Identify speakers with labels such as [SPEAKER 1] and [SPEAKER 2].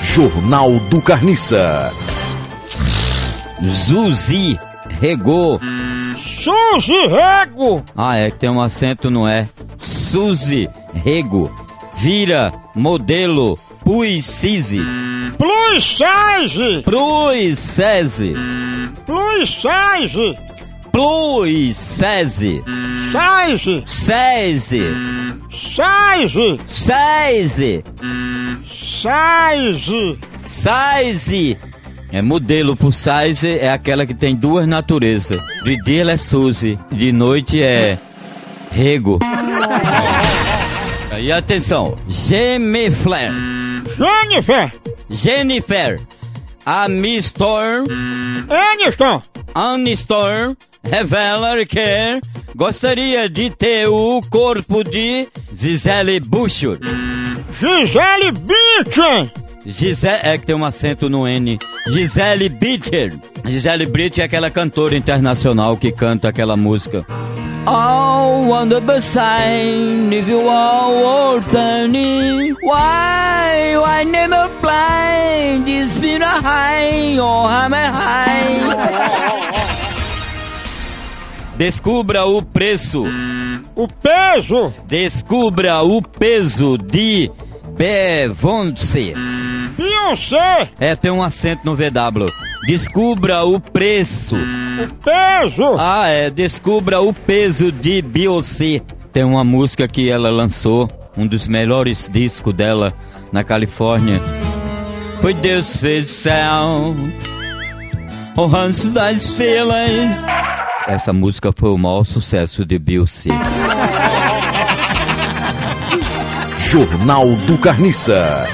[SPEAKER 1] Jornal do Carniça.
[SPEAKER 2] Zuzi regou.
[SPEAKER 3] Suzy Rego!
[SPEAKER 2] Ah, é que tem um acento, não é? Suzy rego. Vira modelo Puicise.
[SPEAKER 3] Plus size!
[SPEAKER 2] Pruicese.
[SPEAKER 3] Plus size!
[SPEAKER 2] Pluicese.
[SPEAKER 3] Size!
[SPEAKER 2] Sese.
[SPEAKER 3] Size!
[SPEAKER 2] Sese.
[SPEAKER 3] Size!
[SPEAKER 2] Size. É modelo por size, é aquela que tem duas naturezas. De dia ela é Suzy, de noite é rego. E atenção, Gemefler.
[SPEAKER 3] Jennifer!
[SPEAKER 2] Jennifer, Amistor,
[SPEAKER 3] Aniston!
[SPEAKER 2] Anistor revela que gostaria de ter o corpo de Gisele Bündchen.
[SPEAKER 3] Gisele Bündchen!
[SPEAKER 2] Gisele, é que tem um acento no N. Gisele Bündchen. Gisele Bündchen é aquela cantora internacional que canta aquela música. Oh, on the sign, if you are ordinary, why, why never blind, this been a high, oh, I'm a high. Descubra o preço,
[SPEAKER 3] O peso!
[SPEAKER 2] descubra o peso de Bevonce.
[SPEAKER 3] Beyoncé!
[SPEAKER 2] É, tem um acento no VW. Descubra o preço.
[SPEAKER 3] Peso!
[SPEAKER 2] Ah, é. Descubra o peso de Beyoncé. Tem uma música que ela lançou, um dos melhores discos dela na Califórnia. Foi Deus fez o céu, o rancho das estrelas. Essa música foi o maior sucesso de Beyoncé.
[SPEAKER 1] Jornal do Carniça.